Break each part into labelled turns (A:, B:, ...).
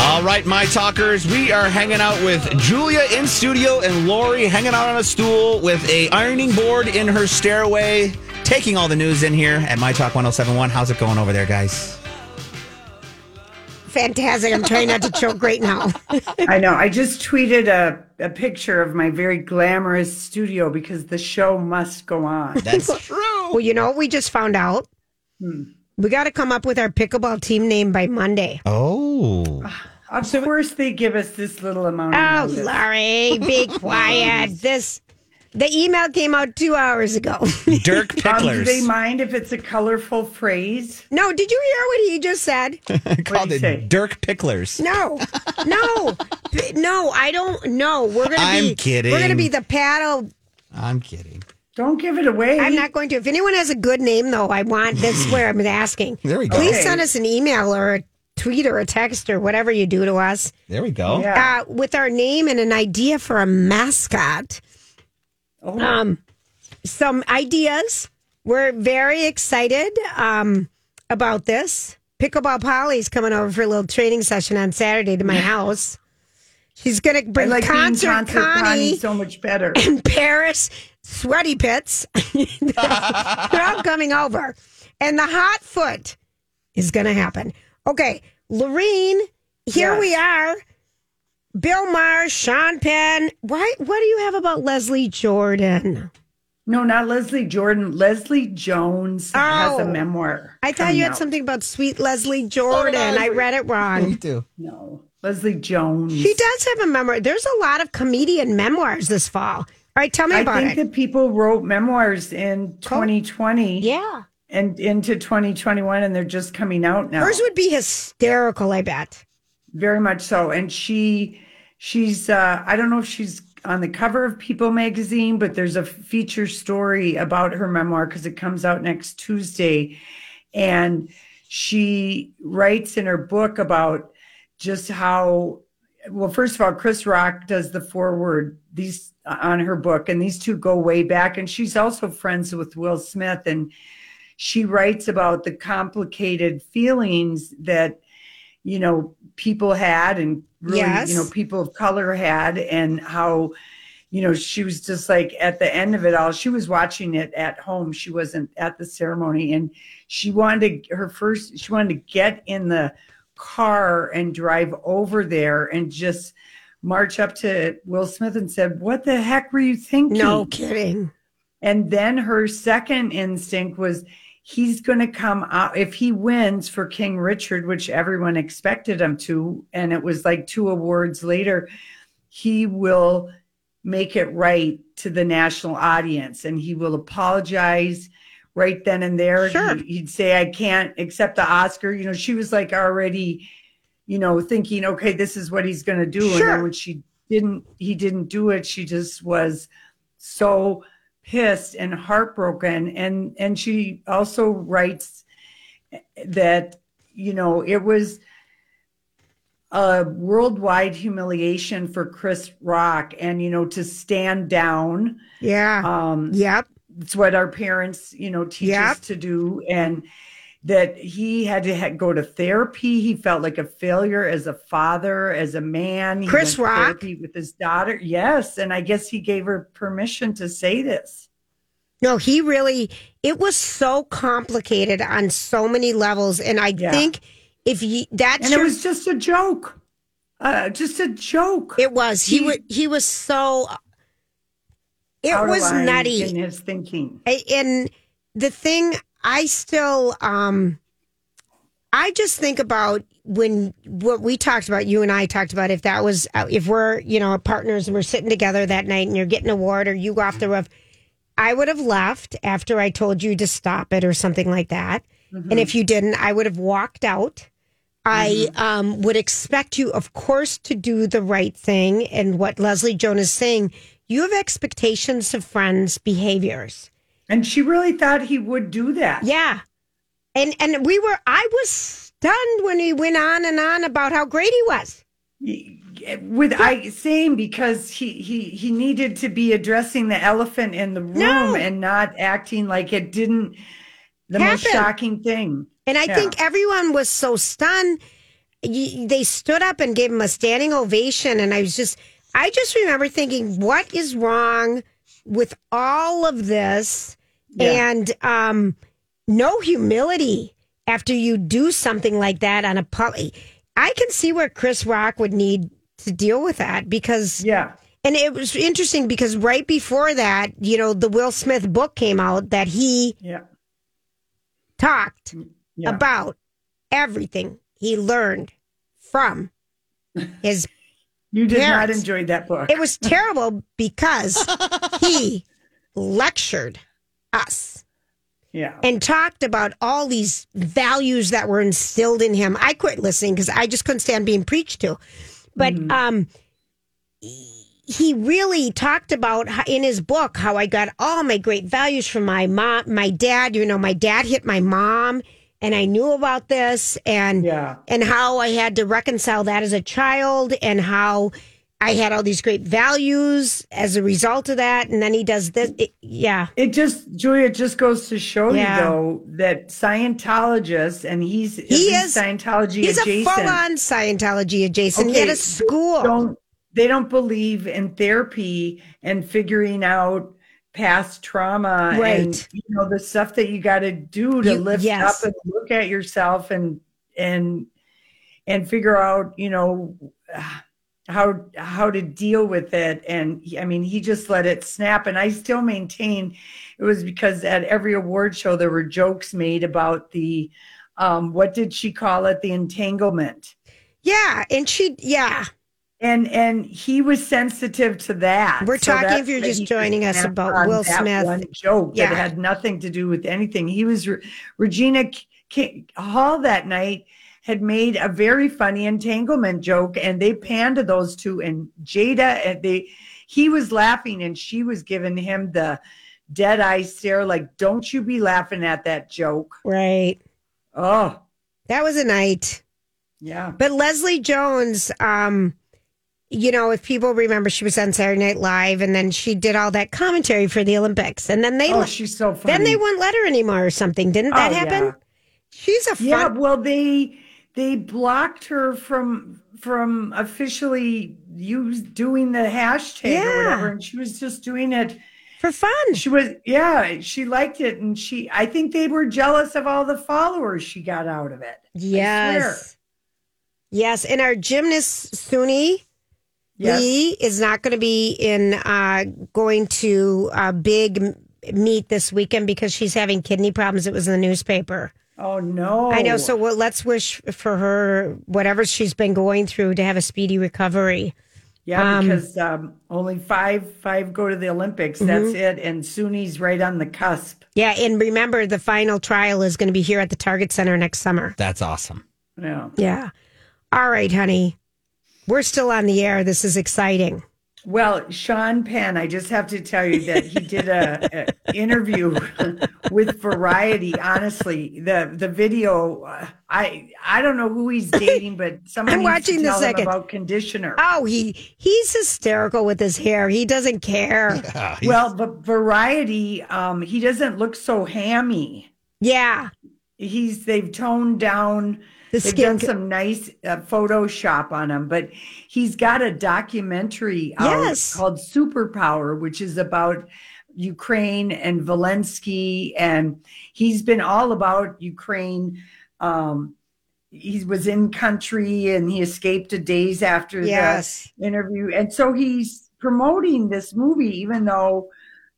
A: All right, my talkers, we are hanging out with Julia in studio and Lori hanging out on a stool with a ironing board in her stairway, taking all the news in here at My Talk 1071. How's it going over there, guys?
B: Fantastic. I'm trying not to choke right now.
C: I know. I just tweeted a, a picture of my very glamorous studio because the show must go on.
A: That's true.
B: Well, you know what we just found out? We got to come up with our pickleball team name by Monday.
A: Oh.
C: Of course, they give us this little amount of
B: Oh,
C: notice.
B: Larry, be quiet. This, the email came out two hours ago.
A: Dirk
C: Um, do they
A: Picklers.
C: mind if it's a colorful phrase?
B: no, did you hear what he just said?
A: called
C: do you say?
A: it Dirk Picklers.
B: No, no, P- no. I don't know. We're gonna
A: I'm
B: be.
A: kidding.
B: We're gonna be the paddle.
A: I'm kidding.
C: Don't give it away.
B: I'm not going to. If anyone has a good name, though, I want. That's where I'm asking.
A: There we go.
B: Please
C: Okay.
B: send us an email or a tweet or a text or whatever you do to us.
A: There we go.
C: Yeah.
B: uh, with our name and an idea for a mascot.
C: Oh.
B: Um, some ideas. We're very excited um, about this. Pickleball Polly's coming over for a little training session on Saturday to my house. She's going to
C: I
B: bring
C: like
B: concert,
C: being concert Connie.
B: Connie,
C: so much better.
B: in Paris, Sweaty Pits. They're all coming over. And the hot foot is going to happen. Okay, Lorene, here
C: Yes.
B: we are. Bill Maher, Sean Penn. Why? What do you have about Leslie Jordan?
C: No, not Leslie Jordan. Leslie Jones has a
B: Oh.
C: memoir.
B: I thought
C: coming
B: you had
C: out.
B: something about sweet Leslie Jordan. I read it wrong.
A: too.
C: No, Leslie Jones.
B: She does have a memoir. There's a lot of comedian memoirs this fall. All right, tell me
C: I
B: about
C: think
B: it. Oh,
C: that people wrote memoirs in 2020
B: yeah.
C: and into 2021, and they're just coming out now.
B: Hers would be hysterical, I bet.
C: very much so and she she's uh i don't know if she's on the cover of people magazine but there's a feature story about her memoir because it comes out next tuesday and she writes in her book about just how well first of all chris rock does the foreword these on her book and these two go way back and she's also friends with will smith and she writes about the complicated feelings that you know people had and really
B: Yes.
C: you know people of color had and how you know she was just like at the end of it all she was watching it at home she wasn't at the ceremony and she wanted to, her first she wanted to get in the car and drive over there and just march up to Will Smith and said, "What the heck were you thinking?"
B: No kidding.
C: And then her second instinct was, he's going to come out if he wins for King Richard, which everyone expected him to. And it was like two awards later, he will make it right to the national audience and he will apologize right then and there.
B: Sure.
C: He- He'd say, I can't accept the Oscar. You know, she was like already, you know, thinking, okay, this is what he's going to do. And
B: Sure.
C: then when she didn't, he didn't do it, she just was so pissed and heartbroken and and she also writes that you know it was a worldwide humiliation for Chris Rock and you know to stand down
B: Yeah.
C: um
B: yep.
C: it's what our parents you know teach us
B: Yep.
C: to do and that he had to ha- go to therapy he felt like a failure as a father as a man He
B: Chris
C: went to
B: Rock?
C: therapy with his daughter yes and i guess he gave her permission to say this
B: No, he really, it was so complicated on so many levels. And I
C: Yeah.
B: think If you, that's
C: And
B: your
C: it was just a joke. Uh, just a joke.
B: It was. He,
C: He-
B: was. He was so. It
C: Out of
B: was
C: line
B: nutty,
C: in his thinking.
B: I- and the thing I still, um I just think about when what we talked about. You and I talked about if that was uh, if we're you know partners and we're sitting together that night and you're getting a award or you go off the roof. I would have left after I told you to stop it or something like that. And if you didn't, I would have walked out. I um, would expect you, of course, to do the right thing. And what Leslie Joan is saying, you have expectations of friends' behaviors.
C: And she really thought he would do that.
B: Yeah, and and we were. I was stunned when he went on and on about how great he was.
C: With I same because he he he needed to be addressing the elephant in the room
B: No.
C: and not acting like it didn't. The most
B: Happened.
C: shocking thing.
B: And I
C: Yeah.
B: think everyone was so stunned. Y- They stood up and gave him a standing ovation. And I was just, I just remember thinking, what is wrong with all of this?
C: Yeah.
B: And um, no humility after you do something like that on a public. I can see where Chris Rock would need to deal with that because
C: Yeah.
B: and it was interesting because right before that, you know, the Will Smith book came out that he
C: Yeah.
B: talked
C: Yeah.
B: about everything he learned from his
C: you did not
B: parents.
C: enjoy that book.
B: it was terrible because he lectured us
C: yeah.
B: and talked about all these values that were instilled in him i quit listening because i just couldn't stand being preached to but um he really talked about how- in his book how I got all my great values from my mom, my dad. You know, my dad hit my mom, and I knew about this, and
C: Yeah.
B: and how I had to reconcile that as a child, and how I had all these great values as a result of that. And then he does this. It- yeah,
C: It just, Julia, it just goes to show
B: Yeah.
C: you though that Scientologists, and he's he
B: is-
C: Scientology
B: he's
C: adjacent.
B: a full-on Scientology adjacent. he had
C: Okay,
B: a school.
C: don't they don't believe in therapy and figuring out past trauma
B: Right.
C: and you know the stuff that you got to do to
B: You-
C: lift
B: yes.
C: up and look at yourself and and and figure out you know how how to deal with it and he- i mean he just let it snap and i still maintain it was because at every award show there were jokes made about the um what did she call it the entanglement
B: yeah, and she. Yeah,
C: and and he was sensitive to that.
B: We're talking,
C: that's
B: if you're
C: why
B: just
C: he
B: joining us,
C: snapped
B: about
C: on
B: Will
C: that
B: Smith.
C: One joke
B: Yeah.
C: that had nothing to do with anything. He was re- Regina K- K- Hall that night had made a very funny entanglement joke, and they panned to those two and Jada. And they he was laughing, and she was giving him the dead eye stare, like "Don't you be laughing at that joke."
B: right.
C: Oh
B: That was a night.
C: yeah,
B: But Leslie Jones, um, you know, if people remember, she was on Saturday Night Live, and then she did all that commentary for the Olympics, and then they
C: oh she's so funny.
B: then they wouldn't let her anymore or something. Didn't that
C: Oh,
B: happen?
C: yeah.
B: She's a fun.
C: Yeah, well they they blocked her from from officially use doing the hashtag
B: Yeah.
C: or whatever and she was just doing it
B: for fun.
C: she was yeah she liked it and she i think they were jealous of all the followers she got out of it
B: Yes. Yes, and our gymnast Suni
C: Yes.
B: Lee is not going to be in uh, going to a big m- meet this weekend because she's having kidney problems. It was in the newspaper.
C: oh no
B: I know. So well, let's wish for her whatever she's been going through to have a speedy recovery.
C: yeah because um only five five go to the olympics that's
B: Mm-hmm.
C: it and suni's right on the cusp
B: Yeah, and remember the final trial is going to be here at the Target Center next summer.
A: That's awesome.
C: yeah
B: Yeah. All right, honey. We're still on the air. This is exciting.
C: Well, Sean Penn, I just have to tell you that he did a, a interview with Variety. Honestly, the the video, uh, I I don't know who he's dating, but someone
B: I'm
C: needs
B: watching
C: to
B: the
C: tell him
B: second.
C: about conditioner.
B: Oh, he he's hysterical with his hair. He doesn't care.
A: Ah,
C: well, but Variety, um, he doesn't look so hammy.
B: Yeah.
C: He's they've toned down.
B: The
C: They've
B: skin
C: done some nice uh, Photoshop on him, but he's got a documentary
B: Yes.
C: out called Superpower, which is about Ukraine and Zelensky, and he's been all about Ukraine um, he was in country and he escaped a days after
B: Yes.
C: the interview. And so he's promoting this movie, even though,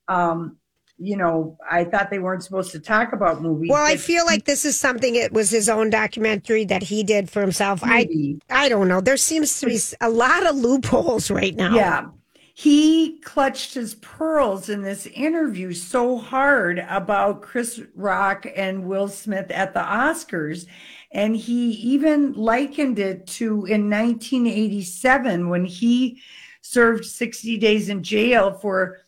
C: um, you know, I thought they weren't supposed to talk about movies.
B: Well, I
C: but
B: feel like this is something it was his own documentary that he did for himself.
C: maybe.
B: I I don't know. There seems to be s- a lot of loopholes right now.
C: Yeah. He clutched his pearls in this interview so hard about Chris Rock and Will Smith at the Oscars. And he even likened it to in 1987 when he served 60 days in jail for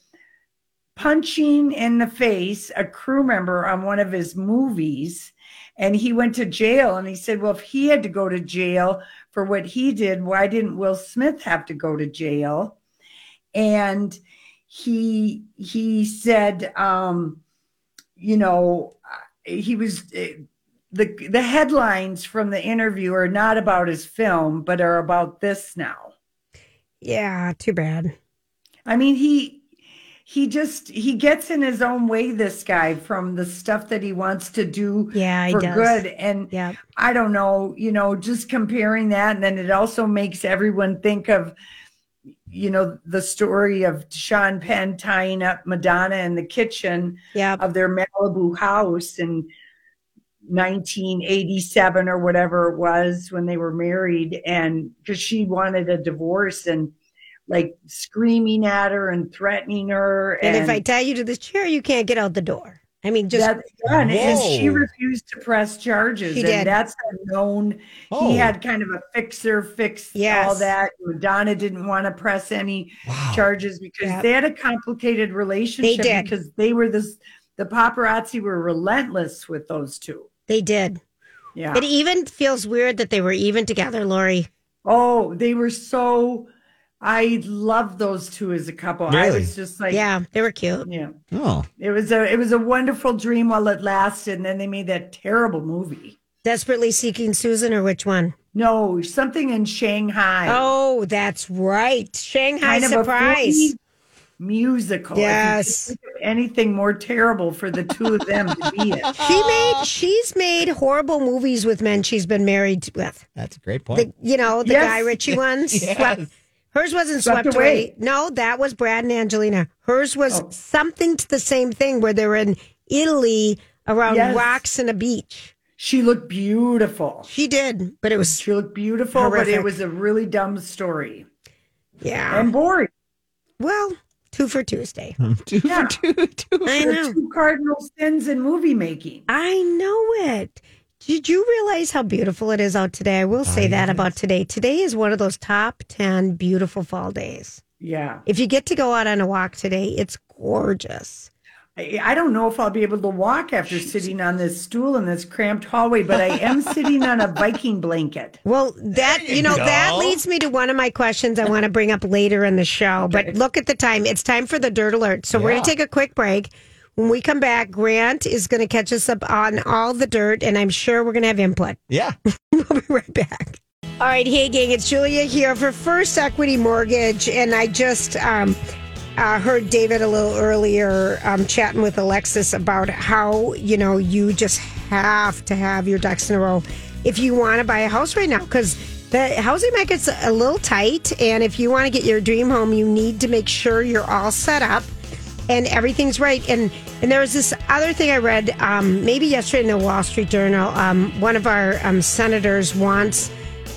C: punching in the face a crew member on one of his movies. And he went to jail and he said, Well, if he had to go to jail for what he did, why didn't Will Smith have to go to jail? And he he said, um, you know, uh, he was the the headlines from the interview are not about his film, but are about this now.
B: Yeah, too bad.
C: I mean, he he just he gets in his own way. This guy from the stuff that he wants to do
B: Yeah, he
C: for
B: does.
C: good, and
B: Yeah.
C: I don't know, you know, just comparing that, and then it also makes everyone think of, you know, the story of Sean Penn tying up Madonna in the kitchen
B: Yeah.
C: of their Malibu house in 1987 or whatever it was when they were married and because she wanted a divorce and like screaming at her and threatening her
B: And, if I tie you to the chair, you can't get out the door. I mean, just
C: that's done and she
A: Whoa.
C: refused to press charges
B: She
C: and
B: did.
C: that's a known
A: Oh.
C: he had kind of a fixer fix all
B: Yes.
C: that Madonna didn't want to press any
A: Wow.
C: charges because
B: Yep.
C: they had a complicated relationship
B: did.
C: because they were this the paparazzi were relentless with those two
B: they did.
C: yeah
B: It even feels weird that they were even together, Lori.
C: oh they were so i loved those two as a couple i
A: Really?
C: was just like
B: Yeah, they were cute.
C: yeah
A: Oh.
C: it was a it was a wonderful dream while it lasted and then they made that terrible movie
B: Desperately seeking Susan, or which one?
C: no something in shanghai
B: Oh, that's right. Shanghai
C: kind of a
B: Surprise.
C: funny musical If you
B: Yes.
C: could think of anything more terrible for the two of them to be in
B: She made she's made horrible movies with men she's been married with.
A: That's a great
B: The
A: point.
B: you know, the
C: Yes.
B: Guy Ritchie ones.
A: Yes.
B: Swept- hers wasn't
C: Swept
B: swept,
C: Away.
B: away. No, that was Brad and Angelina. Hers was
C: Oh.
B: something to the same thing where they were in Italy around
C: Yes.
B: rocks and a beach.
C: she looked beautiful
B: She did, but it was
C: she looked beautiful but
B: Horrific.
C: it was a really dumb story
B: yeah.
C: and boring
B: Well, two for Tuesday.
A: Two for
C: Yeah.
A: two, two for-
B: I know.
C: the two cardinal sins in movie making
B: I know it. Did you realize how beautiful it is out today? I will say that about today. Today is one of those top 10 beautiful fall days.
C: yeah
B: If you get to go out on a walk today, it's gorgeous.
C: I, I don't know if I'll be able to walk after sitting on this stool in this cramped hallway, but I am sitting on a Viking blanket.
B: Well, that you, know
A: go.
B: that leads me to one of my questions I want to bring up later in the show. But look at the time; it's time for the dirt alert. So we're going to take a quick break. When we come back, Grant is going to catch us up on all the dirt, and I'm sure we're going to have input.
A: Yeah.
B: We'll be right back. All right, hey gang, it's Julia here for First Equity Mortgage, and I just um, uh, heard David a little earlier um, chatting with Alexis about how you know you just have to have your ducks in a row if you want to buy a house right now because the housing market's a little tight, and if you want to get your dream home, you need to make sure you're all set up and everything's right. And and there was this other thing I read um, maybe yesterday in the Wall Street Journal. Um, one of our um, senators wants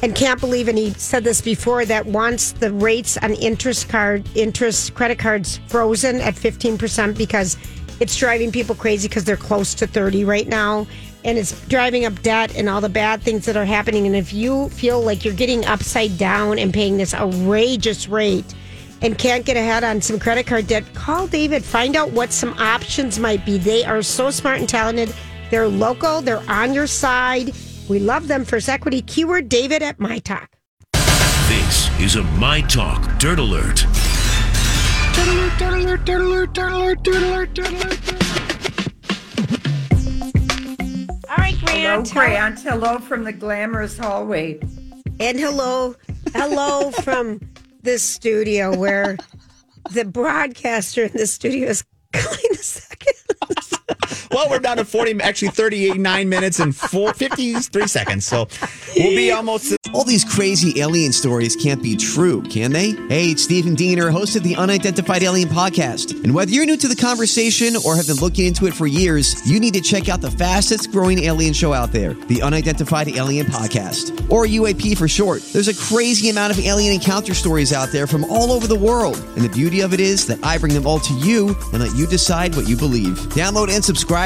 B: and can't believe, and he said this before that wants the rates on interest card interest credit cards frozen at fifteen percent because it's driving people crazy because they're close to thirty right now. And it's driving up debt and all the bad things that are happening. And if you feel like you're getting upside down and paying this outrageous rate, and can't get ahead on some credit card debt, call David. Find out what some options might be. They are so smart and talented. They're local, they're on your side. We love them. First Equity, keyword David at My Talk.
D: This is a My Talk Dirt Alert.
B: All right,
C: Hello,
B: Grant.
C: Oh, Grant. Hello from the glamorous hallway.
B: And hello, hello from this studio where the broadcaster in the studio is Colleen the second.
A: Well, we're down to 40, actually 39 minutes and four, 53 seconds. So we'll be almost.
E: All these crazy alien stories can't be true, can they? Hey, it's Stephen Diener, host of the Unidentified Alien Podcast. And whether you're new to the conversation or have been looking into it for years, you need to check out the fastest growing alien show out there, the Unidentified Alien Podcast, or UAP for short. There's a crazy amount of alien encounter stories out there from all over the world. And the beauty of it is that I bring them all to you and let you decide what you believe. Download and subscribe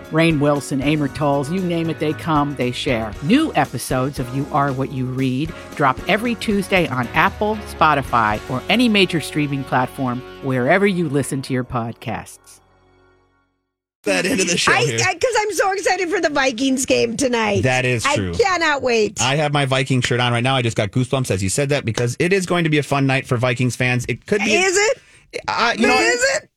F: Rain Wilson, Amor Tolls, you name it, they come, they share. New episodes of You Are What You Read drop every Tuesday on Apple, Spotify, or any major streaming platform wherever you listen to your podcasts.
A: that into the show.
B: I
A: here.
B: because I'm so excited for the Vikings game tonight.
A: That is true.
B: I cannot wait.
A: I have my Viking shirt on right now. I just got goosebumps as you said that because it is going to be a fun night for Vikings fans. It could be.
B: is it?
A: I- you know,
B: Is it?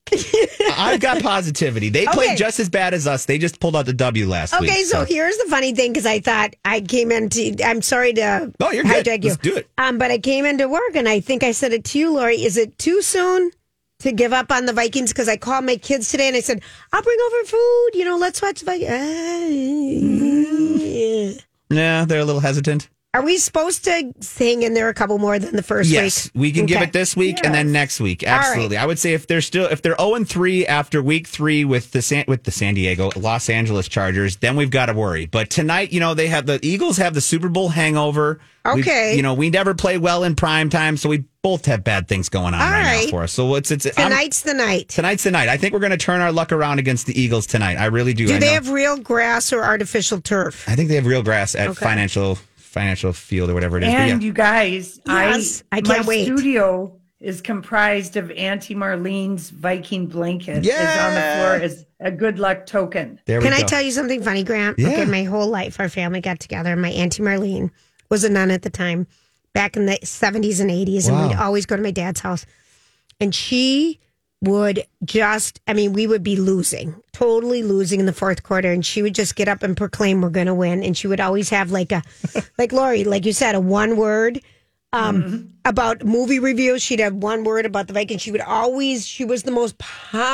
A: I've got positivity. They
B: Okay.
A: played just as bad as us. They just pulled out the W last week.
B: okay, so here's the funny thing because I thought I came into. I'm sorry to
A: No, you're good.
B: hijack you.
A: Let's do it.
B: Um, but I came into work and I think I said it to you, Lori. Is it too soon to give up on the Vikings? Because I called my kids today and I said, I'll bring over food. You know, let's watch
A: Mm-hmm.
B: Vikings.
A: yeah, they're a little hesitant.
B: Are we supposed to hang in there a couple more than the first
A: Yes,
B: week?
A: we can give
B: Okay.
A: it this week and then next week. Absolutely, I would say if they're still if they're zero and three after week three with the San, with the San Diego Los Angeles Chargers, then we've got to worry. But tonight, you know, they have the Eagles have the Super Bowl hangover. We've-
B: Okay.
A: you know, we never play well in prime time, so we both have bad things going on
B: All
A: right,
B: right.
A: now for us. So it's it's I'm-
B: Tonight's the night.
A: tonight's the night. I think we're going to turn our luck around against the Eagles tonight. I really do.
B: Do
A: I
B: they
A: know.
B: have real grass or artificial turf?
A: I think they have real grass at
B: Okay.
A: financial financial field or whatever it is. But
C: And
A: yeah.
C: you guys,
B: Yes, I
C: I
B: can't
C: my
B: wait.
C: studio is comprised of Auntie Marlene's Viking blanket is on
A: Yeah.
C: the floor as a good luck token.
A: there we
B: Can I
A: go.
B: tell you something funny, Grant?
A: Yeah.
B: Okay, my whole life, our family got together. and My auntie Marlene was a nun at the time, back in the seventies and eighties, and we'd
A: Wow.
B: always go to my dad's house. And she would just—I mean, we would be losing, totally losing in the fourth quarter, and she would just get up and proclaim, "We're going to win." And she would always have like a, like Lori, like you said, a one-word um,
A: Mm-hmm.
B: about movie reviews. She'd have one word about the Vikings. She would always, she was the most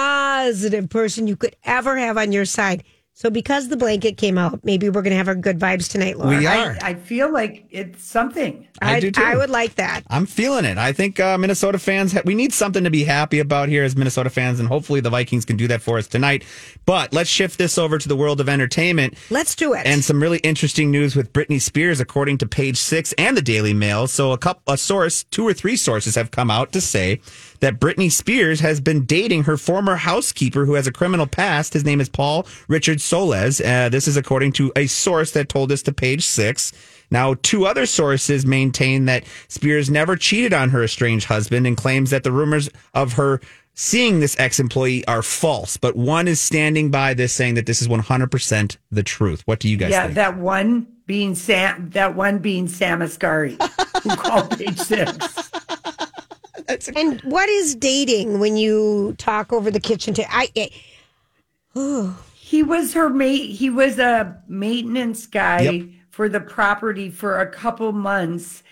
B: positive person you could ever have on your side. So because the blanket came out, maybe we're going to have our good vibes tonight, Laura.
A: we
C: I,
A: are.
C: I feel like it's something.
A: I do too.
B: I would like that.
A: I'm feeling it. I think uh, Minnesota fans, ha- we need something to be happy about here as Minnesota fans, and hopefully the Vikings can do that for us tonight. But let's shift this over to the world of entertainment
B: Let's do it.
A: and some really interesting news with Britney Spears, according to Page Six and the Daily Mail. So a couple, a source, two or three sources have come out to say that Britney Spears has been dating her former housekeeper, who has a criminal past. His name is Paul Richard Soles. Uh, this is according to a source that told us to Page Six. Now, two other sources maintain that Spears never cheated on her estranged husband and claims that the rumors of her seeing this ex employee are false. But one is standing by this saying that this is 100% the truth. What do you guys
C: yeah,
A: think?
C: that one being Sam that one being Sam Asghari who called page six.
B: And what is dating when you talk over the kitchen table? I, I
C: He was her mate he was a maintenance guy
A: Yep.
C: for the property for a couple months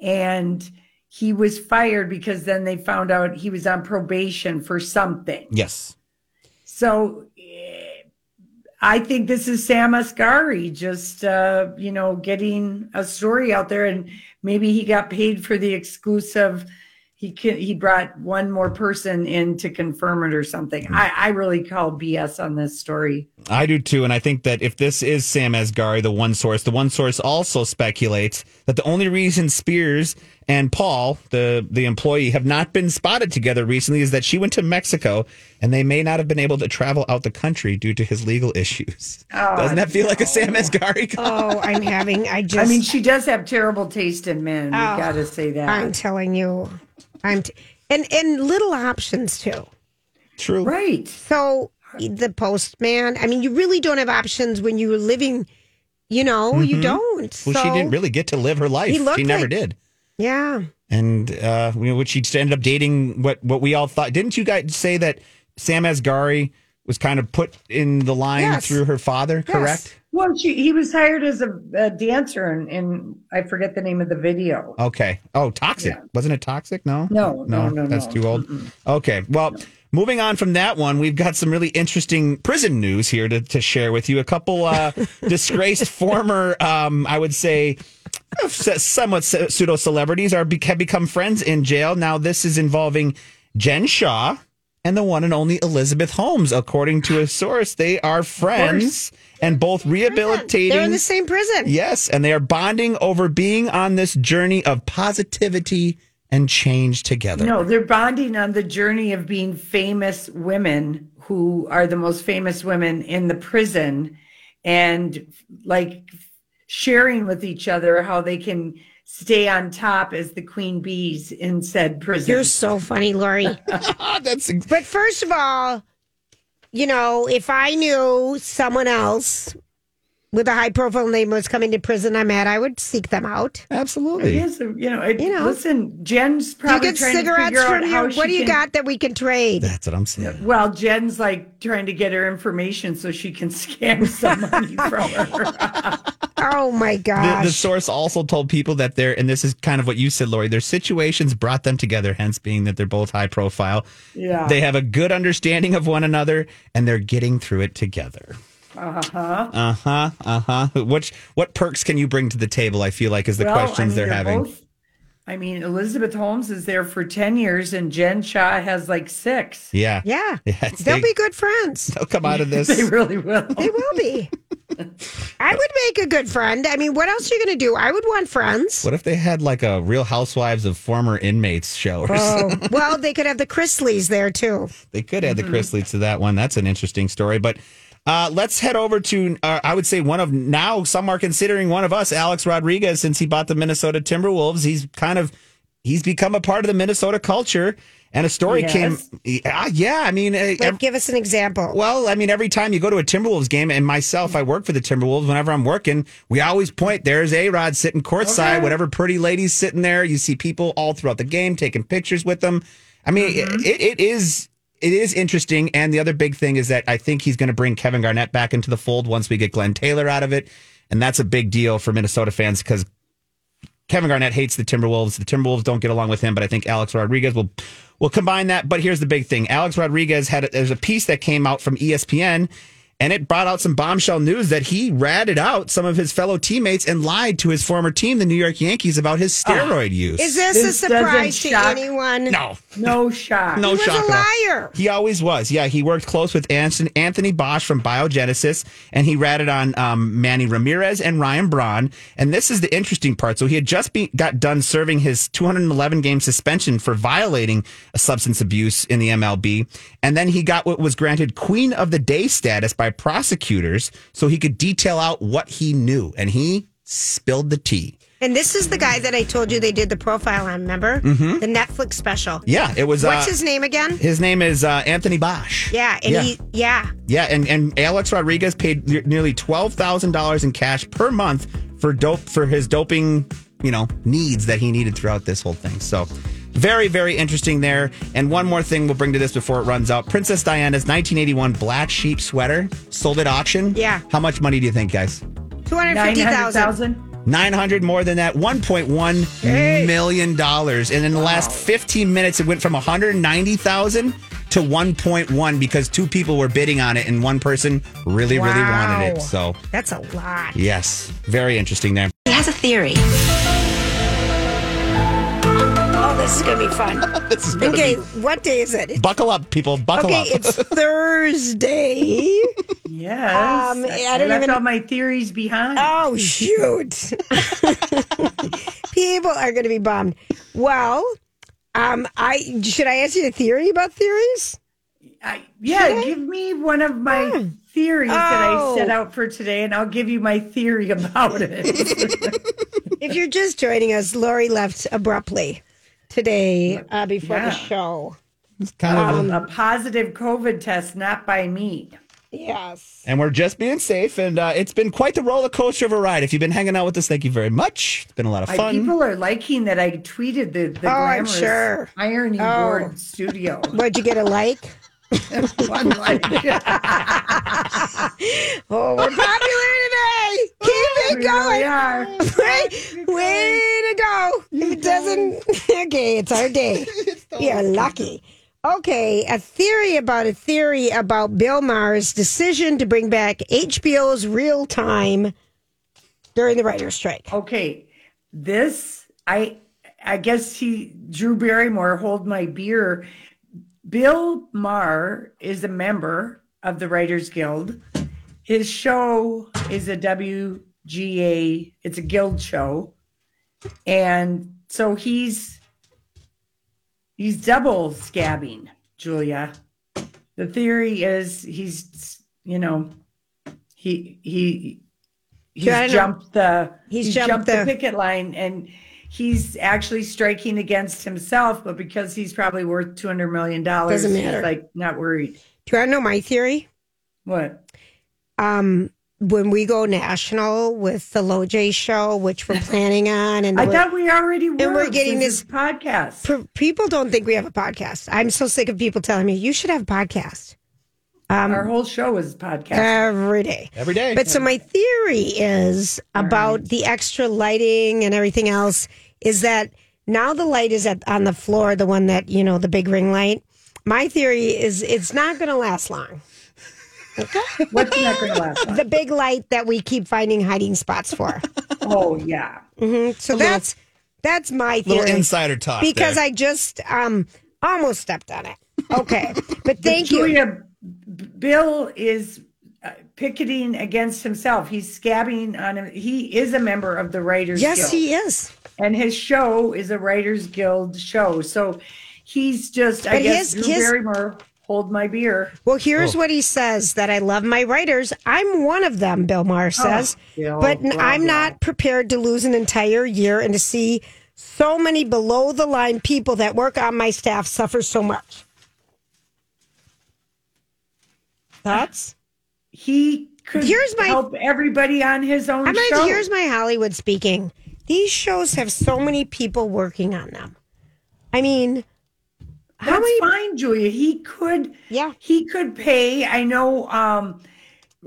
C: and he was fired because then they found out he was on probation for something.
A: yes.
C: So eh, I think this is Sam Asghari just, uh, you know, getting a story out there. And maybe he got paid for the exclusive. He can, he brought one more person in to confirm it or something. I, I really call BS on this story.
A: I do too. And I think that if this is Sam Asghari, the one source, the one source also speculates that the only reason Spears and Paul, the, the employee, have not been spotted together recently is that she went to Mexico and they may not have been able to travel out the country due to his legal issues. Doesn't that feel like a Sam Asghari? call?
B: oh, I'm having. I just.
C: I mean, she does have terrible taste in men. We
B: Oh.
C: got to say that.
B: I'm telling you, I'm. T- and and little options too.
A: True.
C: right.
B: So the postman. I mean, you really don't have options when you're living. You know, you don't.
A: Well,
B: so,
A: she didn't really get to live her life.
B: He looked
A: She never
B: like-
A: did.
B: Yeah.
A: and uh, you know, which she ended up dating what what we all thought. Didn't you guys say that Sam Asghari was kind of put in the line
B: Yes.
A: through her father? Correct.
C: Well, she, he was hired as a, a dancer, and in, in I forget the name of the video.
A: Okay. Oh, toxic. Wasn't it toxic? No.
C: No, no, no,
A: That's
C: no.
A: too old. Okay. Well, moving on from that one, we've got some really interesting prison news here to, to share with you. A couple uh, disgraced former, um, I would say, se- somewhat pseudo celebrities are be- have become friends in jail. Now, this is involving Jen Shaw and the one and only Elizabeth Holmes. According to a source, they are friends and both rehabilitating.
B: They're in the same prison.
A: Yes, and they are bonding over being on this journey of positivity and change together.
C: No, they're bonding on the journey of being famous women who are the most famous women in the prison and like sharing with each other how they can stay on top as the queen bees in said prison.
B: You're so funny, Lori.
A: Ah, that's ex-
B: But first of all, you know, if I knew someone else with a high profile name was coming to prison, I'm at, I would seek them out.
A: absolutely.
C: Yes, you know, it,
B: You know.
C: listen, Jen's
B: Do you
C: probably
B: get
C: trying to
B: cigarettes
C: figure out
B: from
C: how
B: your?
C: she
B: What do you
C: can-
B: got that we can trade?
A: That's what I'm saying.
C: Well, Jen's like trying to get her information so she can scam some money from her.
B: Oh my
A: The,
B: gosh!
A: the source also told people that their and this is kind of what you said, Lori. Their situations brought them together, hence being that they're both high profile.
C: Yeah.
A: They have a good understanding of one another, and they're getting through it together.
C: Uh-huh.
A: Uh huh. Uh huh. Uh huh. Which what perks can you bring to the table? I feel like is the
C: Well, I
A: questions
C: mean,
A: they're, having.
C: both- I mean, Elizabeth Holmes is there for 10 years and Jen Shaw has like six.
A: yeah.
B: yeah,
A: Yes,
B: they'll
A: they-
B: be good friends.
A: They'll come out of this.
C: They really will.
B: They will be. I would make a good friend. I mean, what else are you going to do? I would want friends.
A: What if they had like a Real Housewives of Former Inmates show? Or something?
B: Oh, well, they could have the Chrisleys there too.
A: They could add the Chrisleys to that one. That's an interesting story. But uh, let's head over to, uh, I would say, one of now some are considering one of us, Alex Rodriguez, since he bought the Minnesota Timberwolves. He's kind of he's become a part of the Minnesota culture. And a story
C: Yes.
A: came, yeah, yeah. I mean, eh,
B: Like, give us an example.
A: Well, I mean, every time you go to a Timberwolves game, and myself, I work for the Timberwolves. Whenever I'm working, we always point. There's a Rod sitting courtside. Whatever pretty ladies sitting there, you see people all throughout the game taking pictures with them. I mean, it, it is it is interesting. And the other big thing is that I think he's going to bring Kevin Garnett back into the fold once we get Glenn Taylor out of it, and that's a big deal for Minnesota fans because Kevin Garnett hates the Timberwolves. The Timberwolves don't get along with him, but I think Alex Rodriguez will will combine that. But here's the big thing: Alex Rodriguez had a, there's a piece that came out from E ESPN, and it brought out some bombshell news that he ratted out some of his fellow teammates and lied to his former team, the New York Yankees, about his steroid use.
B: Oh, Is this,
C: This
B: a
C: doesn't
B: surprise to
C: shock-
B: anyone?
A: no,
C: No shock.
A: no
B: He was
A: shock
B: a
A: at all.
B: liar.
A: He always was. Yeah, he worked close with Anson- Anthony Bosch from Biogenesis, and he ratted on um, Manny Ramirez and Ryan Braun. And this is the interesting part. So he had just be- got done serving his 211 game suspension for violating a substance abuse in the MLB, and then he got what was granted Queen of the Day status by prosecutors, so he could detail out what he knew, and he spilled the tea.
B: And this is the guy that I told you they did the profile on. Remember mm-hmm. the Netflix special?
A: Yeah, it was.
B: What's
A: uh,
B: his name again?
A: His name is uh, Anthony Bosch.
B: Yeah, and he yeah.
A: Yeah, and, and Alex Rodriguez paid ne- nearly twelve thousand dollars in cash per month for dope for his doping, you know, needs that he needed throughout this whole thing. So very, very interesting there. And one more thing we'll bring to this before it runs out. Princess Diana's 1981 black sheep sweater sold at auction.
B: Yeah.
A: How much money do you think, guys?
B: Two hundred fifty thousand.
C: 900,000?
A: 900 more than that, 1.1 million dollars. And in the last 15 minutes, it went from 190,000 to 1.1 because two people were bidding on it and one person really, really
B: Wow.
A: wanted it. So,
B: That's a lot.
A: yes, very interesting there.
G: He has a theory.
B: Oh, this is gonna be fun.
A: This is gonna
B: okay,
A: be-
B: what day is it?
A: buckle up, people. Buckle
B: Okay,
A: up.
B: it's Thursday.
C: Yes.
B: Um, I don't
C: left
B: even-
C: all my theories behind.
B: Oh shoot! People are going to be bummed. Well, um, I should I ask you a theory about theories?
C: I, yeah, give me one of my theories that I set
B: Hmm. Oh.
C: out for today and I'll give you my theory about it.
B: If you're just joining us, Lori left abruptly today uh, before
C: Yeah.
B: the show.
A: kind of a-
C: a positive COVID test, not by me.
B: Yes.
A: And we're just being safe. And uh, it's been quite the roller coaster of a ride. If you've been hanging out with us, thank you very much. It's been a lot of
C: I-
A: fun.
C: people are liking that I tweeted the, the
B: Oh, I'm
C: glamorous
B: sure.
C: ironing
B: Oh.
C: board studio.
B: What'd you get a like?
C: One like.
B: Oh, we're popular today. Keep it
C: We really
B: going.
C: are.
B: Way, way to go. If it doesn't, okay, it's our day. You're lucky. Okay, a theory about a theory about Bill Maher's decision to bring back HBO's real time during the writer's strike.
C: Okay, this I I guess he Drew Barrymore hold my beer. Bill Maher is a member of the Writers Guild. His show is a WGA. It's a guild show, and so he's he's double scabbing Julia. The theory is he's you know he he he's
B: Yeah, I know.
C: jumped the
B: He's
C: he's
B: jumped
C: jumped, the,
B: the-
C: picket line and he's actually striking against himself but because he's probably worth 200 million dollars
B: Doesn't
C: he's
B: matter.
C: like not worried
B: Do you want to know my theory?
C: what
B: um, when we go national with the Loj show, which we're planning on, and
C: i
B: we're-
C: thought we already were
B: we're getting this-
C: since it's podcast
B: pe- people don't think we have a podcast. I'm so sick of people telling me you should have a podcast Um,
C: our whole show is podcast
B: every day.
A: Every day.
B: But so my theory is about the extra lighting and everything else is that now the light is at, on the floor, the one that you know, the big ring light. My theory is it's not going to last long. Uh,
C: what's not going to last long?
B: The big light that we keep finding hiding spots for.
C: oh yeah
B: So that's that's my theory.
A: little insider talk.
B: because
A: there.
B: I just um almost stepped on it. Okay, but thank you.
C: Julia, B- Bill is uh, picketing against himself. He's scabbing on him. He is a member of the Writers
B: Yes,
C: Guild.
B: he is.
C: and his show is a Writers Guild show. So he's just, I
B: But
C: guess,
B: his-
C: Drew
B: his-
C: Barrymore, hold my beer.
B: Well, here's
C: Oh.
B: what he says that I love my writers. I'm one of them, Bill Maher says.
C: Oh, Bill,
B: but n-
C: blah,
B: I'm
C: blah.
B: not prepared to lose an entire year and to see so many below the line people that work on my staff suffer so much. Thoughts?
C: He could
B: Here's my-
C: help everybody on his own
B: I mean,
C: show.
B: here's my Hollywood speaking. These shows have so many people working on them. I mean,
C: That's fine, Julia. He could,
B: Yeah.
C: he could pay. I know, um,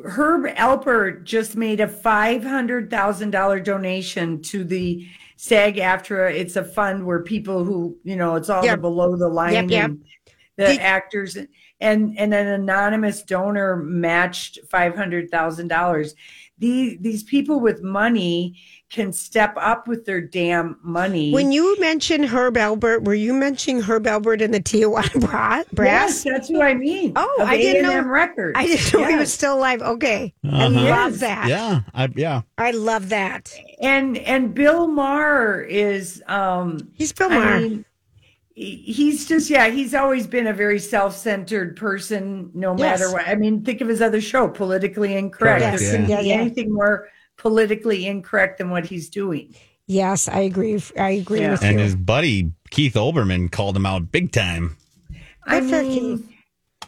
C: Herb Alpert just made a five hundred thousand dollar donation to the SAG AFTRA. It's a fund where people who you know it's all
B: Yep.
C: the below the line
B: Yep, yep.
C: and the
B: Did-
C: actors and and an anonymous donor matched five hundred thousand dollars. These these people with money can step up with their damn money.
B: When you mentioned Herb Albert, were you mentioning Herb Albert and the Tijuana Bra-
C: yes,
B: Brass?
C: that's who I mean.
B: Oh,
C: Of
B: I didn't know-
C: A&M Records.
B: I didn't know he was
C: Yes. Uh-huh.
B: still alive. Okay. I love that.
A: yeah. I, yeah.
B: I love that.
C: and and Bill Maher is um
B: He's Bill
C: I
B: Maher.
C: mean, he- he's just yeah he's always been a very self-centered person no matter
B: Yes.
C: what i mean think of his other show politically incorrect
A: Correct,
C: there couldn't
B: yeah.
C: be
B: Yeah, yeah.
C: anything more politically incorrect than what he's doing
B: yes, I agree. f- I agree
C: Yeah.
B: with
A: And
B: you.
A: his buddy, Keith Olbermann, called him out big time.
C: i
B: Good for
C: mean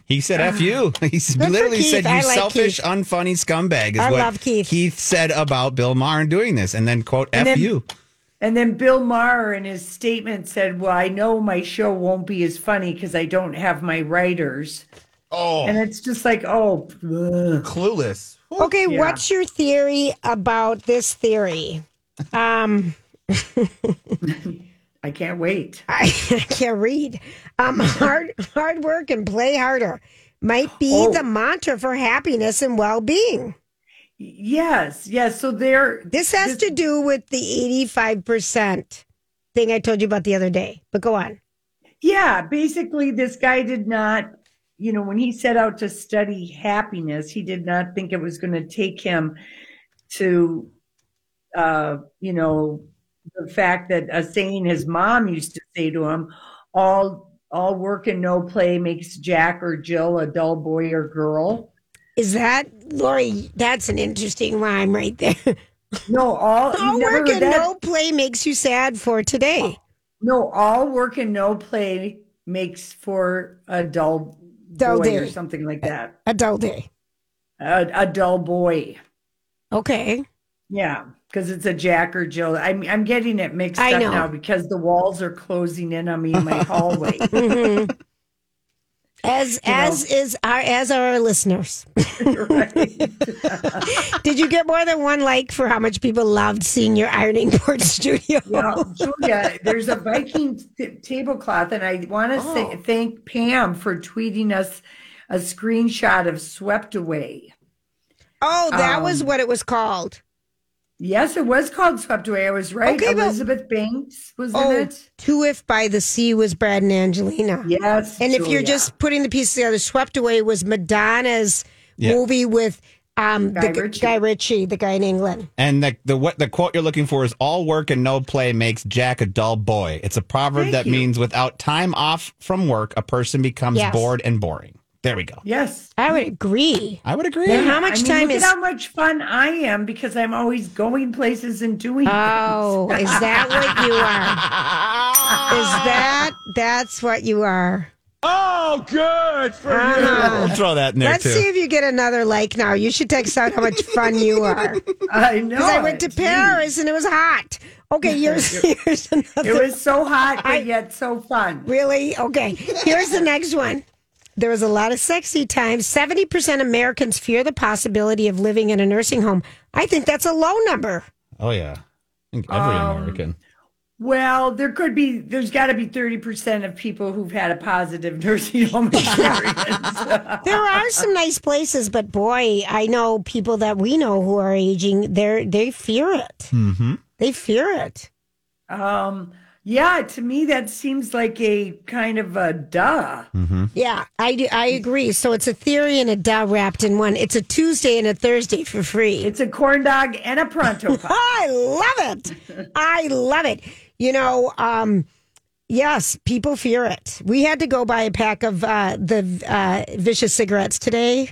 A: He said "f you." He s-
B: for
A: literally
B: Keith.
A: said, "You
B: I like
A: selfish,
B: Keith.
A: unfunny scumbag." Is
B: I
A: what
B: love Keith.
A: said about Bill Maher and doing this, and then quote "f
C: then-
A: you."
C: and then bill maher in his statement said well i know my show won't be as funny because i don't have my writers
A: Oh,
C: and it's just like oh ugh.
A: clueless.
B: Okay, what's your theory about this theory? Um,
C: i can't wait
B: I, I can't read. Um, hard, hard work and play harder might be
C: Oh.
B: the mantra for happiness and well being.
C: yes yes so there
B: This has to do with the 85% thing I told you about the other day. But go on.
C: Yeah, basically, this guy did not, you know, when he set out to study happiness, he did not think it was going to take him to, uh, you know, the fact that a saying his mom used to say to him, all all work and no play makes Jack or Jill a dull boy or girl.
B: Is that Lori? That's an interesting rhyme right there.
C: No, all you've
B: All
C: never
B: work
C: heard
B: and
C: that?
B: no play makes you sad for today.
C: No, all work and no play makes for a dull
B: Dull
C: boy or
B: day.
C: something like that.
B: Adult day.
C: a, a dull boy.
B: Okay.
C: Yeah, because it's a Jack or Jill. I'm I'm getting it mixed
B: I
C: up
B: know.
C: now because the walls are closing in on me in my hallway.
B: Mhm. As as is our as are our listeners.
C: right?
B: Did you get more than one like for how much people loved seeing your ironing board studio?
C: Well, Julia, there's a Viking t- tablecloth, and I want to
B: Oh.
C: say, thank Pam for tweeting us a screenshot of "Swept Away."
B: Oh, that was
C: Um,
B: what it was called.
C: Yes, it was called "Swept Away." I was right.
B: Okay, but-
C: Elizabeth Banks was
B: Oh,
C: in it.
B: Two If by the Sea was Brad and Angelina.
C: Yes,
B: And if you're
C: Julia.
B: just putting the pieces together, Swept Away was Madonna's movie with um,
C: Guy
B: the, g-
C: Ritchie.
B: Guy Ritchie, the guy in England.
A: And the, the what the quote you're looking for is all work and no play makes Jack a dull boy. It's a proverb
C: Thank
A: that
C: you.
A: means without time off from work, a person becomes
B: Yes.
A: bored and boring. There we go.
C: yes,
B: I would agree.
A: I would agree.
B: And how
C: I
B: much
C: mean,
B: time
C: look
B: is?
C: at how much fun I am because I'm always going places and doing.
B: Oh, is that what you are? Is that that's what you are?
A: Oh, good for you.
B: Uh-huh.
A: We'll throw that in there
B: Let's
A: too.
B: see if you get another like now. You should text out how much fun you are.
C: things. I know.
B: Because I went to
C: it.
B: Paris and it was hot. Okay, here's here's another.
C: It was so hot, but yet so fun.
B: Really? Okay. Here's the next one. There was a lot of sexy time. 70% Americans fear the possibility of living in a nursing home. I think that's a low number.
A: oh yeah, I think every American.
C: Well, there could be, there's got to be 30% of people who've had a positive nursing home experience.
B: There are some nice places, but boy, I know people that we know who are aging, they they fear it.
A: Mm-hmm.
B: They fear it.
C: um, yeah, to me, that seems like a kind of a duh.
B: Yeah, I do, I agree. So it's a theory and a duh wrapped in one. It's a Tuesday and a Thursday for free. Oh,
C: It's a corn dog and a pronto pop.
B: I love it. I love it. You know, um, yes, people fear it. We had to go buy a pack of uh, the uh, vicious cigarettes today.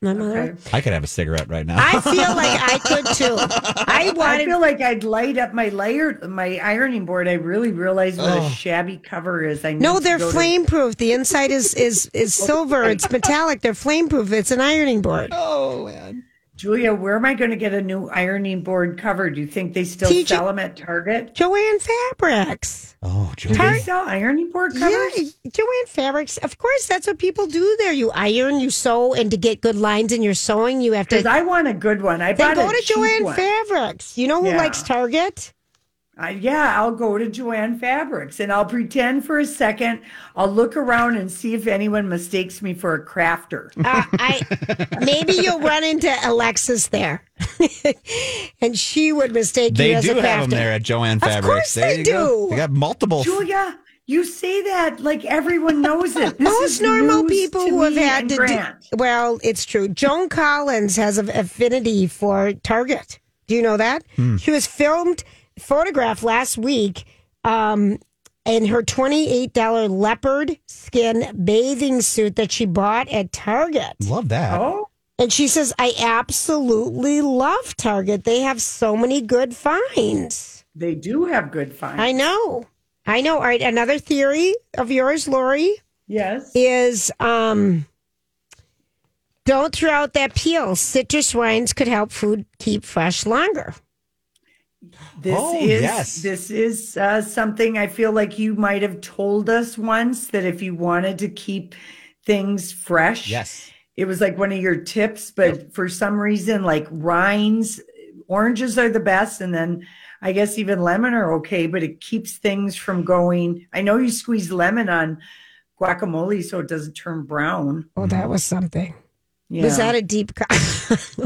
B: my mother.
C: Okay.
A: I could have a cigarette right now.
B: I feel like I could too. I
C: I
B: wanted.
C: feel like I'd light up my layer, my ironing board. I really realized what a shabby cover is.
B: Oh.
C: I
B: no,
C: need to
B: they're
C: go to-
B: flame proof. The inside is is is silver. It's metallic. They're flame proof. It's an ironing board.
C: Oh. Julia, where am I going to get a new ironing board cover? Do you think they still
B: TJ
C: sell them at Target?
B: Joanne Fabrics.
A: oh,
C: Do
A: Julie.
C: they sell ironing board
B: Yeah,
C: covers?
B: Joanne Fabrics. Of course, that's what people do there. You iron, you sew, and to get good lines in your sewing, you have
C: Because
B: to.
C: I want a good one. I
B: Then
C: bought
B: go
C: a
B: to
C: cheap
B: Joanne
C: one.
B: Fabrics. You know who
C: Yeah.
B: likes Target?
C: I, yeah, I'll go to Joanne Fabrics and I'll pretend for a second. I'll look around and see if anyone mistakes me for a crafter.
B: Uh, I maybe you'll run into Alexis there, and she would mistake you
A: They
B: as
A: do
B: a
A: have them
B: crafter.
A: there at Joanne Fabrics.
B: course
A: There
B: they
A: you go.
B: do.
A: They got multiple.
C: Julia, you say that like everyone knows it. This
B: Most
C: is
B: normal
C: news
B: people
C: to
B: who have
C: me
B: had
C: and
B: to
C: Grant.
B: do well, it's true. Joan Collins has an affinity for Target. Do you know that? She was filmed, photographed last week um, in her $28 leopard skin bathing suit that she bought at Target.
A: Love that.
C: Oh,
B: And she says, I absolutely love Target. They have so many good finds.
C: they do have good finds.
B: I know. I know. All right. Another theory of yours, Lori?
C: yes.
B: is um don't throw out that peel. Citrus wines could help food keep fresh longer.
C: This
A: Oh,
C: is
A: yes.
C: this is uh, something I feel like you might have told us once that if you wanted to keep things fresh,
A: Yes.
C: it was like one of your tips. But for some reason, like rinds, oranges are the best, and then I guess even lemon are okay, but it keeps things from going. I know you squeeze lemon on guacamole so it doesn't turn brown.
B: Oh, that was something.
C: Yeah,
B: Was that a deep? Co-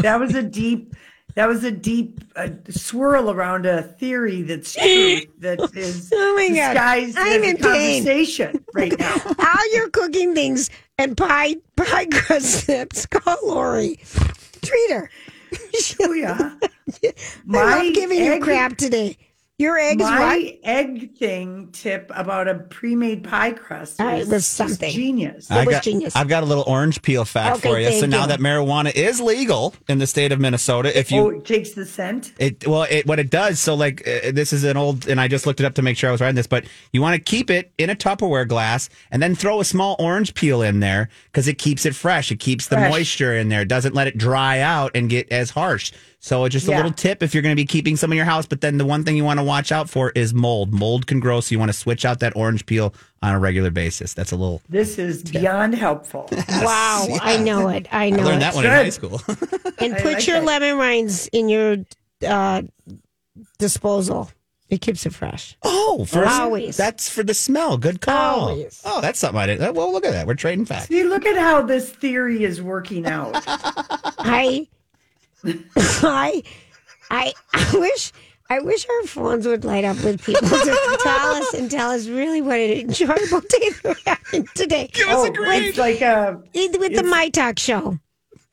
C: that was a deep That was a deep uh, swirl around a theory that's true. That is
B: Oh my God.
C: disguised
B: I'm in
C: as
B: pain.
C: a conversation right now.
B: All your cooking things and pie pie crust tips. Call Lori. Treat her.
C: oh yeah,
B: I love giving you
C: egg-
B: crap today. Your eggs,
C: my
B: right?
C: egg thing tip about a pre-made pie crust
B: All right,
C: was,
B: with
C: just
B: something.
C: genius.
B: It
A: I
B: was
A: got,
B: genius.
A: I've got a little orange peel fact
B: Okay,
A: for you. So
B: thank
A: now
B: you.
A: that marijuana is legal in the state of Minnesota, if you
C: oh, it takes the scent.
A: It well, it what it does. So like uh, this is an old, and I just looked it up to make sure I was right on this. But you want to keep it in a Tupperware glass, and then throw a small orange peel in there because it keeps it fresh. It keeps the
C: Fresh.
A: moisture in there. It doesn't let it dry out and get as harsh. So it's just a
C: Yeah.
A: little tip if you're going to be keeping some in your house. But then the one thing you want to watch out for is mold. Mold can grow, so you want to switch out that orange peel on a regular basis. That's a little.
C: This is beyond helpful.
B: wow, I know it. I
A: I
B: know
A: learned
B: it.
A: that one in high
C: Good.
A: school.
B: And
C: I
B: put
C: like
B: your
C: it.
B: lemon rinds in your uh, disposal. It keeps it fresh.
A: oh, for
B: Always.
A: That's for the smell. Good call.
B: Always.
A: Oh, that's something I didn't. Well, look at that. We're trading facts.
C: See, look at how this theory is working out.
B: I, I, I, I wish, I wish our phones would light up with people to tell us and tell us really what an enjoyable day we're having today. Give
C: oh, it's like a
B: With, with the My Talk show,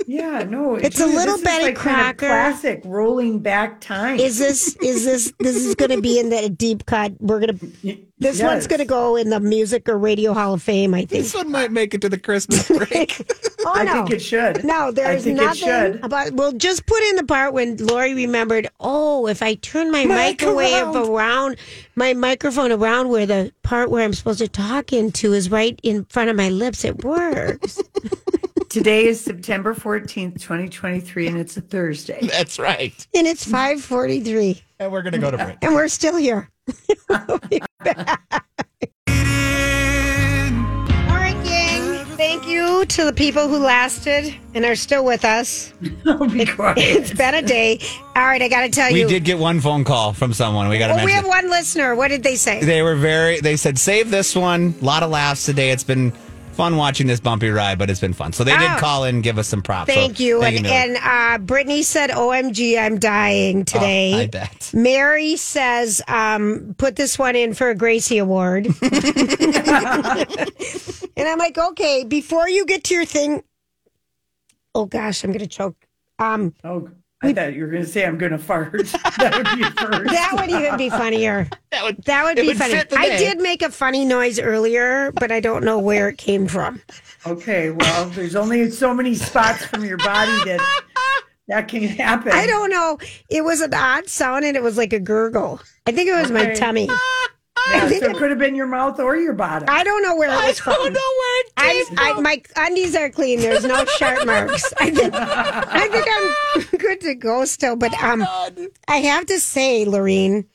C: yeah, no.
B: It's a little
C: this
B: Betty
C: is like kind of
B: Crocker.
C: classic rolling back time.
B: is this is this this is going to be in the deep cut? We're gonna this one's
C: Yes.
B: going to go in the music or radio Hall of Fame, I think.
A: This one might make it to the Christmas break.
B: Oh
C: I
B: no.
C: think it should.
B: No,
C: I
B: there's
C: think it
B: nothing
C: should.
B: about. Well, just put in the part when Lori remembered. Oh, if I turn my microwave around. my microphone around, where the part where I'm supposed to talk into is right in front of my lips, it works.
C: Today is September 14th, 2023, and it's a Thursday.
A: That's right.
B: and it's 5:43,
A: And we're going to go to break.
B: and we're still here. All right, gang. Thank you to the people who lasted and are still with us.
C: I'll be
B: It's
C: quiet.
B: been a day. All right, I got to tell
A: We
B: you.
A: did get one phone call from someone. We got to
B: Well, we
A: mention. it.
B: have one listener. What did they say?
A: They were very, they said, save this one. A lot of laughs today. It's been fun watching this bumpy ride, but it's been fun. So they did
B: Oh.
A: call in and give us some props. So
B: Thank you. and
A: Millie.
B: and uh, Brittany said, OMG, I'm dying
A: Oh,
B: today.
A: I bet.
B: Mary says, um, put this one in for a Gracie Award. and I'm like, okay, before you get to your thing. Oh gosh, I'm going to choke. Um,
C: Oh, I thought you were going to say I'm going to fart. That would be first.
B: that would even be funnier. That would, that would
A: it
B: be
A: would
B: funny.
A: fit the
B: I
A: day.
B: did make a funny noise earlier, but I don't know where it came from.
C: Okay, well, there's only so many spots from your body that that can happen.
B: I don't know. It was an odd sound and it was like a gurgle. I think it was my
C: Okay.
B: tummy.
C: Yeah, so it could have been your mouth or your bottom.
B: I don't know where it was from. I, I, my undies are clean. There's no sharp marks. I think, I think I'm good to go still. But um, I have to say, Lorene,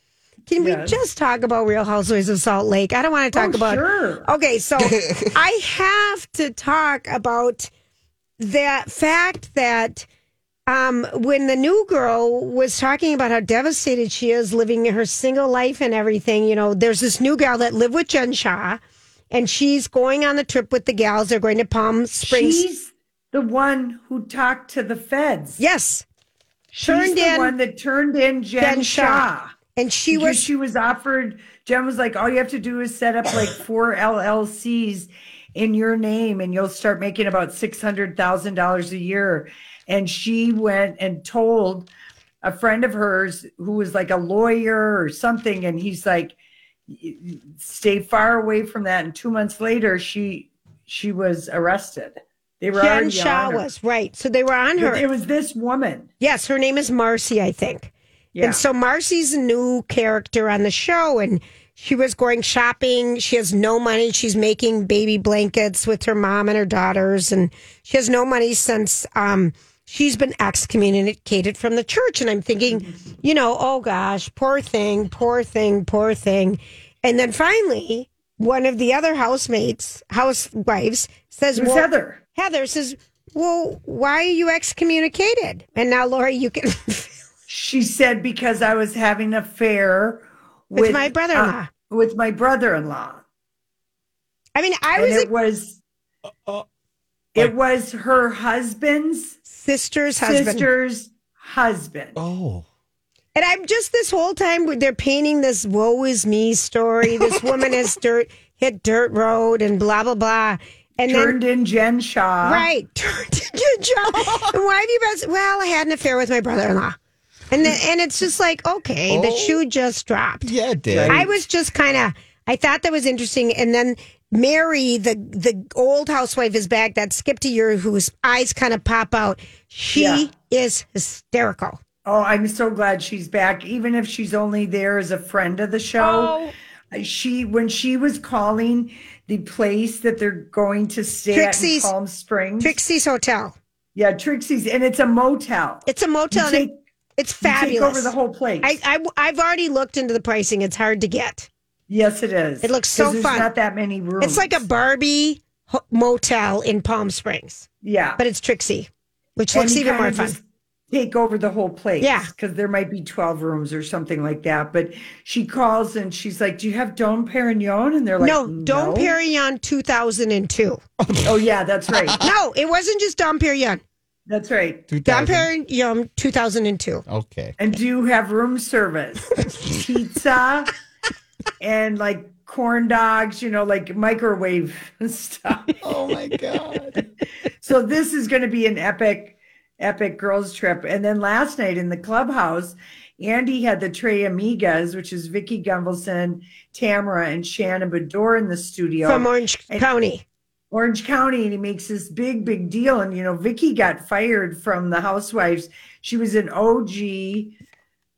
B: can we
C: Yes.
B: just talk about Real Housewives of Salt Lake? I don't want to talk
C: Oh,
B: about.
C: sure.
B: Okay, so I have to talk about the fact that um, when the new girl was talking about how devastated she is living her single life and everything, you know, there's this new gal that lived with Jen Shah, and she's going on the trip with the gals. They're going to Palm Springs.
C: She's the one who talked to the feds.
B: yes,
C: She's
B: turned
C: the
B: in-
C: one that turned in Jen,
B: Jen Shah.
C: Shah.
B: and she
C: because
B: was
C: she was offered jen was like all you have to do is set up like four llcs in your name and you'll start making about $600000 a year and she went and told a friend of hers who was like a lawyer or something and he's like stay far away from that and two months later she she was arrested they were
B: Jen
C: already
B: Shah
C: on her.
B: was right. So they were on her.
C: it was this woman
B: Yes, her name is Marcy, I think.
C: yeah
B: And so Marcy's a new character on the show, and she was going shopping. She has no money. She's making baby blankets with her mom and her daughters, and she has no money since um, she's been excommunicated from the church. And I'm thinking, you know, oh gosh, poor thing, poor thing, poor thing. And then finally, one of the other housemates, housewives, says,
C: it was
B: well-
C: heather
B: Heather says, well, why are you excommunicated? And now, Lori, you can.
C: She said because I was having an affair with,
B: my brother-in-law.
C: uh, with my brother-in-law,
B: I mean, I
C: and
B: was
C: it
B: a
C: was it was her husband's
B: sister's husband.
C: sister's husband.
A: Oh.
B: And I'm just this whole time they're painting this woe is me story. This woman has dirt hit dirt road and blah blah blah. And
C: Turned
B: then
C: in Jen Shaw.
B: right turned into Joe. and why have you been? Well, I had an affair with my brother-in-law. And then, and it's just like okay, the
A: Oh.
B: shoe just dropped.
A: Yeah, it did.
B: I was just kind of. I thought that was interesting, and then Mary, the the old housewife, is back. That skipped a year, whose eyes kind of pop out. She
C: Yeah.
B: is hysterical.
C: Oh, I'm so glad she's back, even if she's only there as a friend of the
B: Oh.
C: show. She when she was calling the place that they're going to stay
B: Trixie's-
C: at in Palm Springs.
B: Trixie's Hotel.
C: Yeah, Trixie's, and it's a motel.
B: It's a motel.
C: You
B: and
C: take-
B: it- it's
C: You
B: fabulous.
C: Take over the whole place.
B: I, I have already looked into the pricing. It's hard to get.
C: yes, it is.
B: It looks
C: 'Cause
B: so
C: there's
B: fun.
C: Not that many rooms.
B: It's like a Barbie ho- motel in Palm Springs,
C: yeah,
B: but it's Trixie, which
C: And
B: looks
C: you
B: even more
C: kinda
B: fun.
C: just Take over the whole place.
B: Yeah.
C: Because there might be 12 rooms or something like that. But she calls and she's like, Do you have Dom Perignon? And they're like,
B: no, Dom Perignon 2002.
C: Oh, yeah, that's right.
B: no, it wasn't just Dom Perignon.
C: that's right.
B: Dom Perignon 2002.
A: Okay.
C: And do you have room service? Pizza and like corn dogs, you know, like microwave stuff.
A: Oh my god.
C: So this is going to be an epic, epic girls trip. And then last night in the clubhouse, Andy had the Trey Amigas, which is Vicky Gunvalson, Tamara, and Shannon Bador in the studio
B: From Orange County.
C: Orange County, and he makes this big, big deal. And you know, Vicky got fired from the Housewives. She was an OG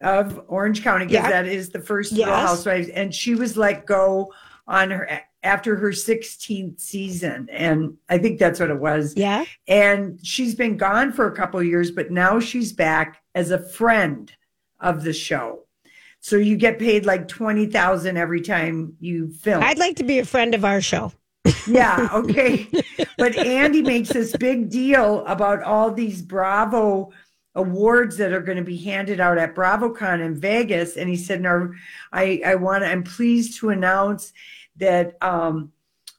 C: of Orange County because
B: Yeah.
C: that is the first Real
B: Yes.
C: Housewives, and she was let go on her after her 16th season, and I think that's what it was
B: Yeah.
C: and she's been gone for a couple of years but now she's back as a friend of the show so you get paid like 20,000 every time you film
B: I'd like to be a friend of our show.
C: yeah okay but andy makes this big deal about all these bravo awards that are going to be handed out at bravocon in vegas and he said no i i want i'm pleased to announce that um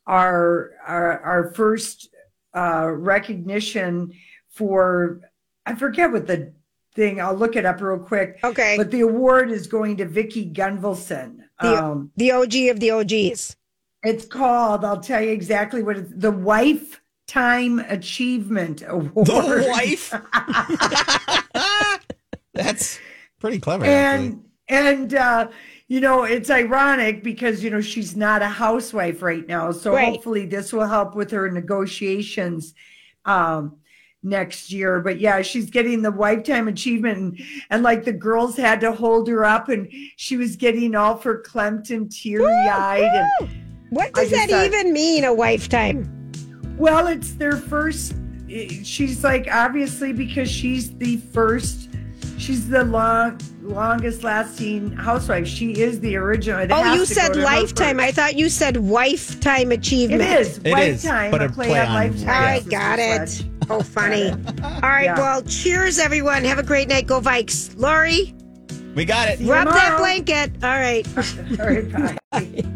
C: our our, our first uh recognition for i forget what the thing i'll look it up real quick
B: Okay.
C: but the award is going to vicky gunvalson
B: The-
C: um
B: the OG of the OGs.
C: it's called, I'll tell you exactly what it's the Wife Time Achievement Award.
A: The wife. That's pretty clever.
C: And and uh, you know, it's ironic because you know she's not a housewife right now. So
B: Right.
C: hopefully this will help with her negotiations um next year. But yeah, she's getting the lifetime achievement and, and like the girls had to hold her up and she was getting all verklempt and teary eyed and
B: What
C: I
B: does that
C: just thought-
B: even mean, a wife time?
C: Well, it's their first. She's like obviously because she's the first. She's the long, longest lasting housewife. She is the original. It
B: Oh,
C: has
B: you
C: to
B: said
C: go to her
B: lifetime.
C: first.
B: I thought you said wife time
C: It
B: achievement.
C: is.
A: It is,
C: lifetime,
A: but
C: a
A: a
C: play,
A: play
C: on
A: on-
C: lifetime.
B: All right,
C: Sister
B: got it.
C: Sledge.
B: Oh, funny. All right,
C: Yeah.
B: well, cheers, everyone. Have a great night. Go Vikes. Lori,
A: we got it.
C: you
B: rub that
C: tomorrow.
B: blanket. All right.
C: All right, bye.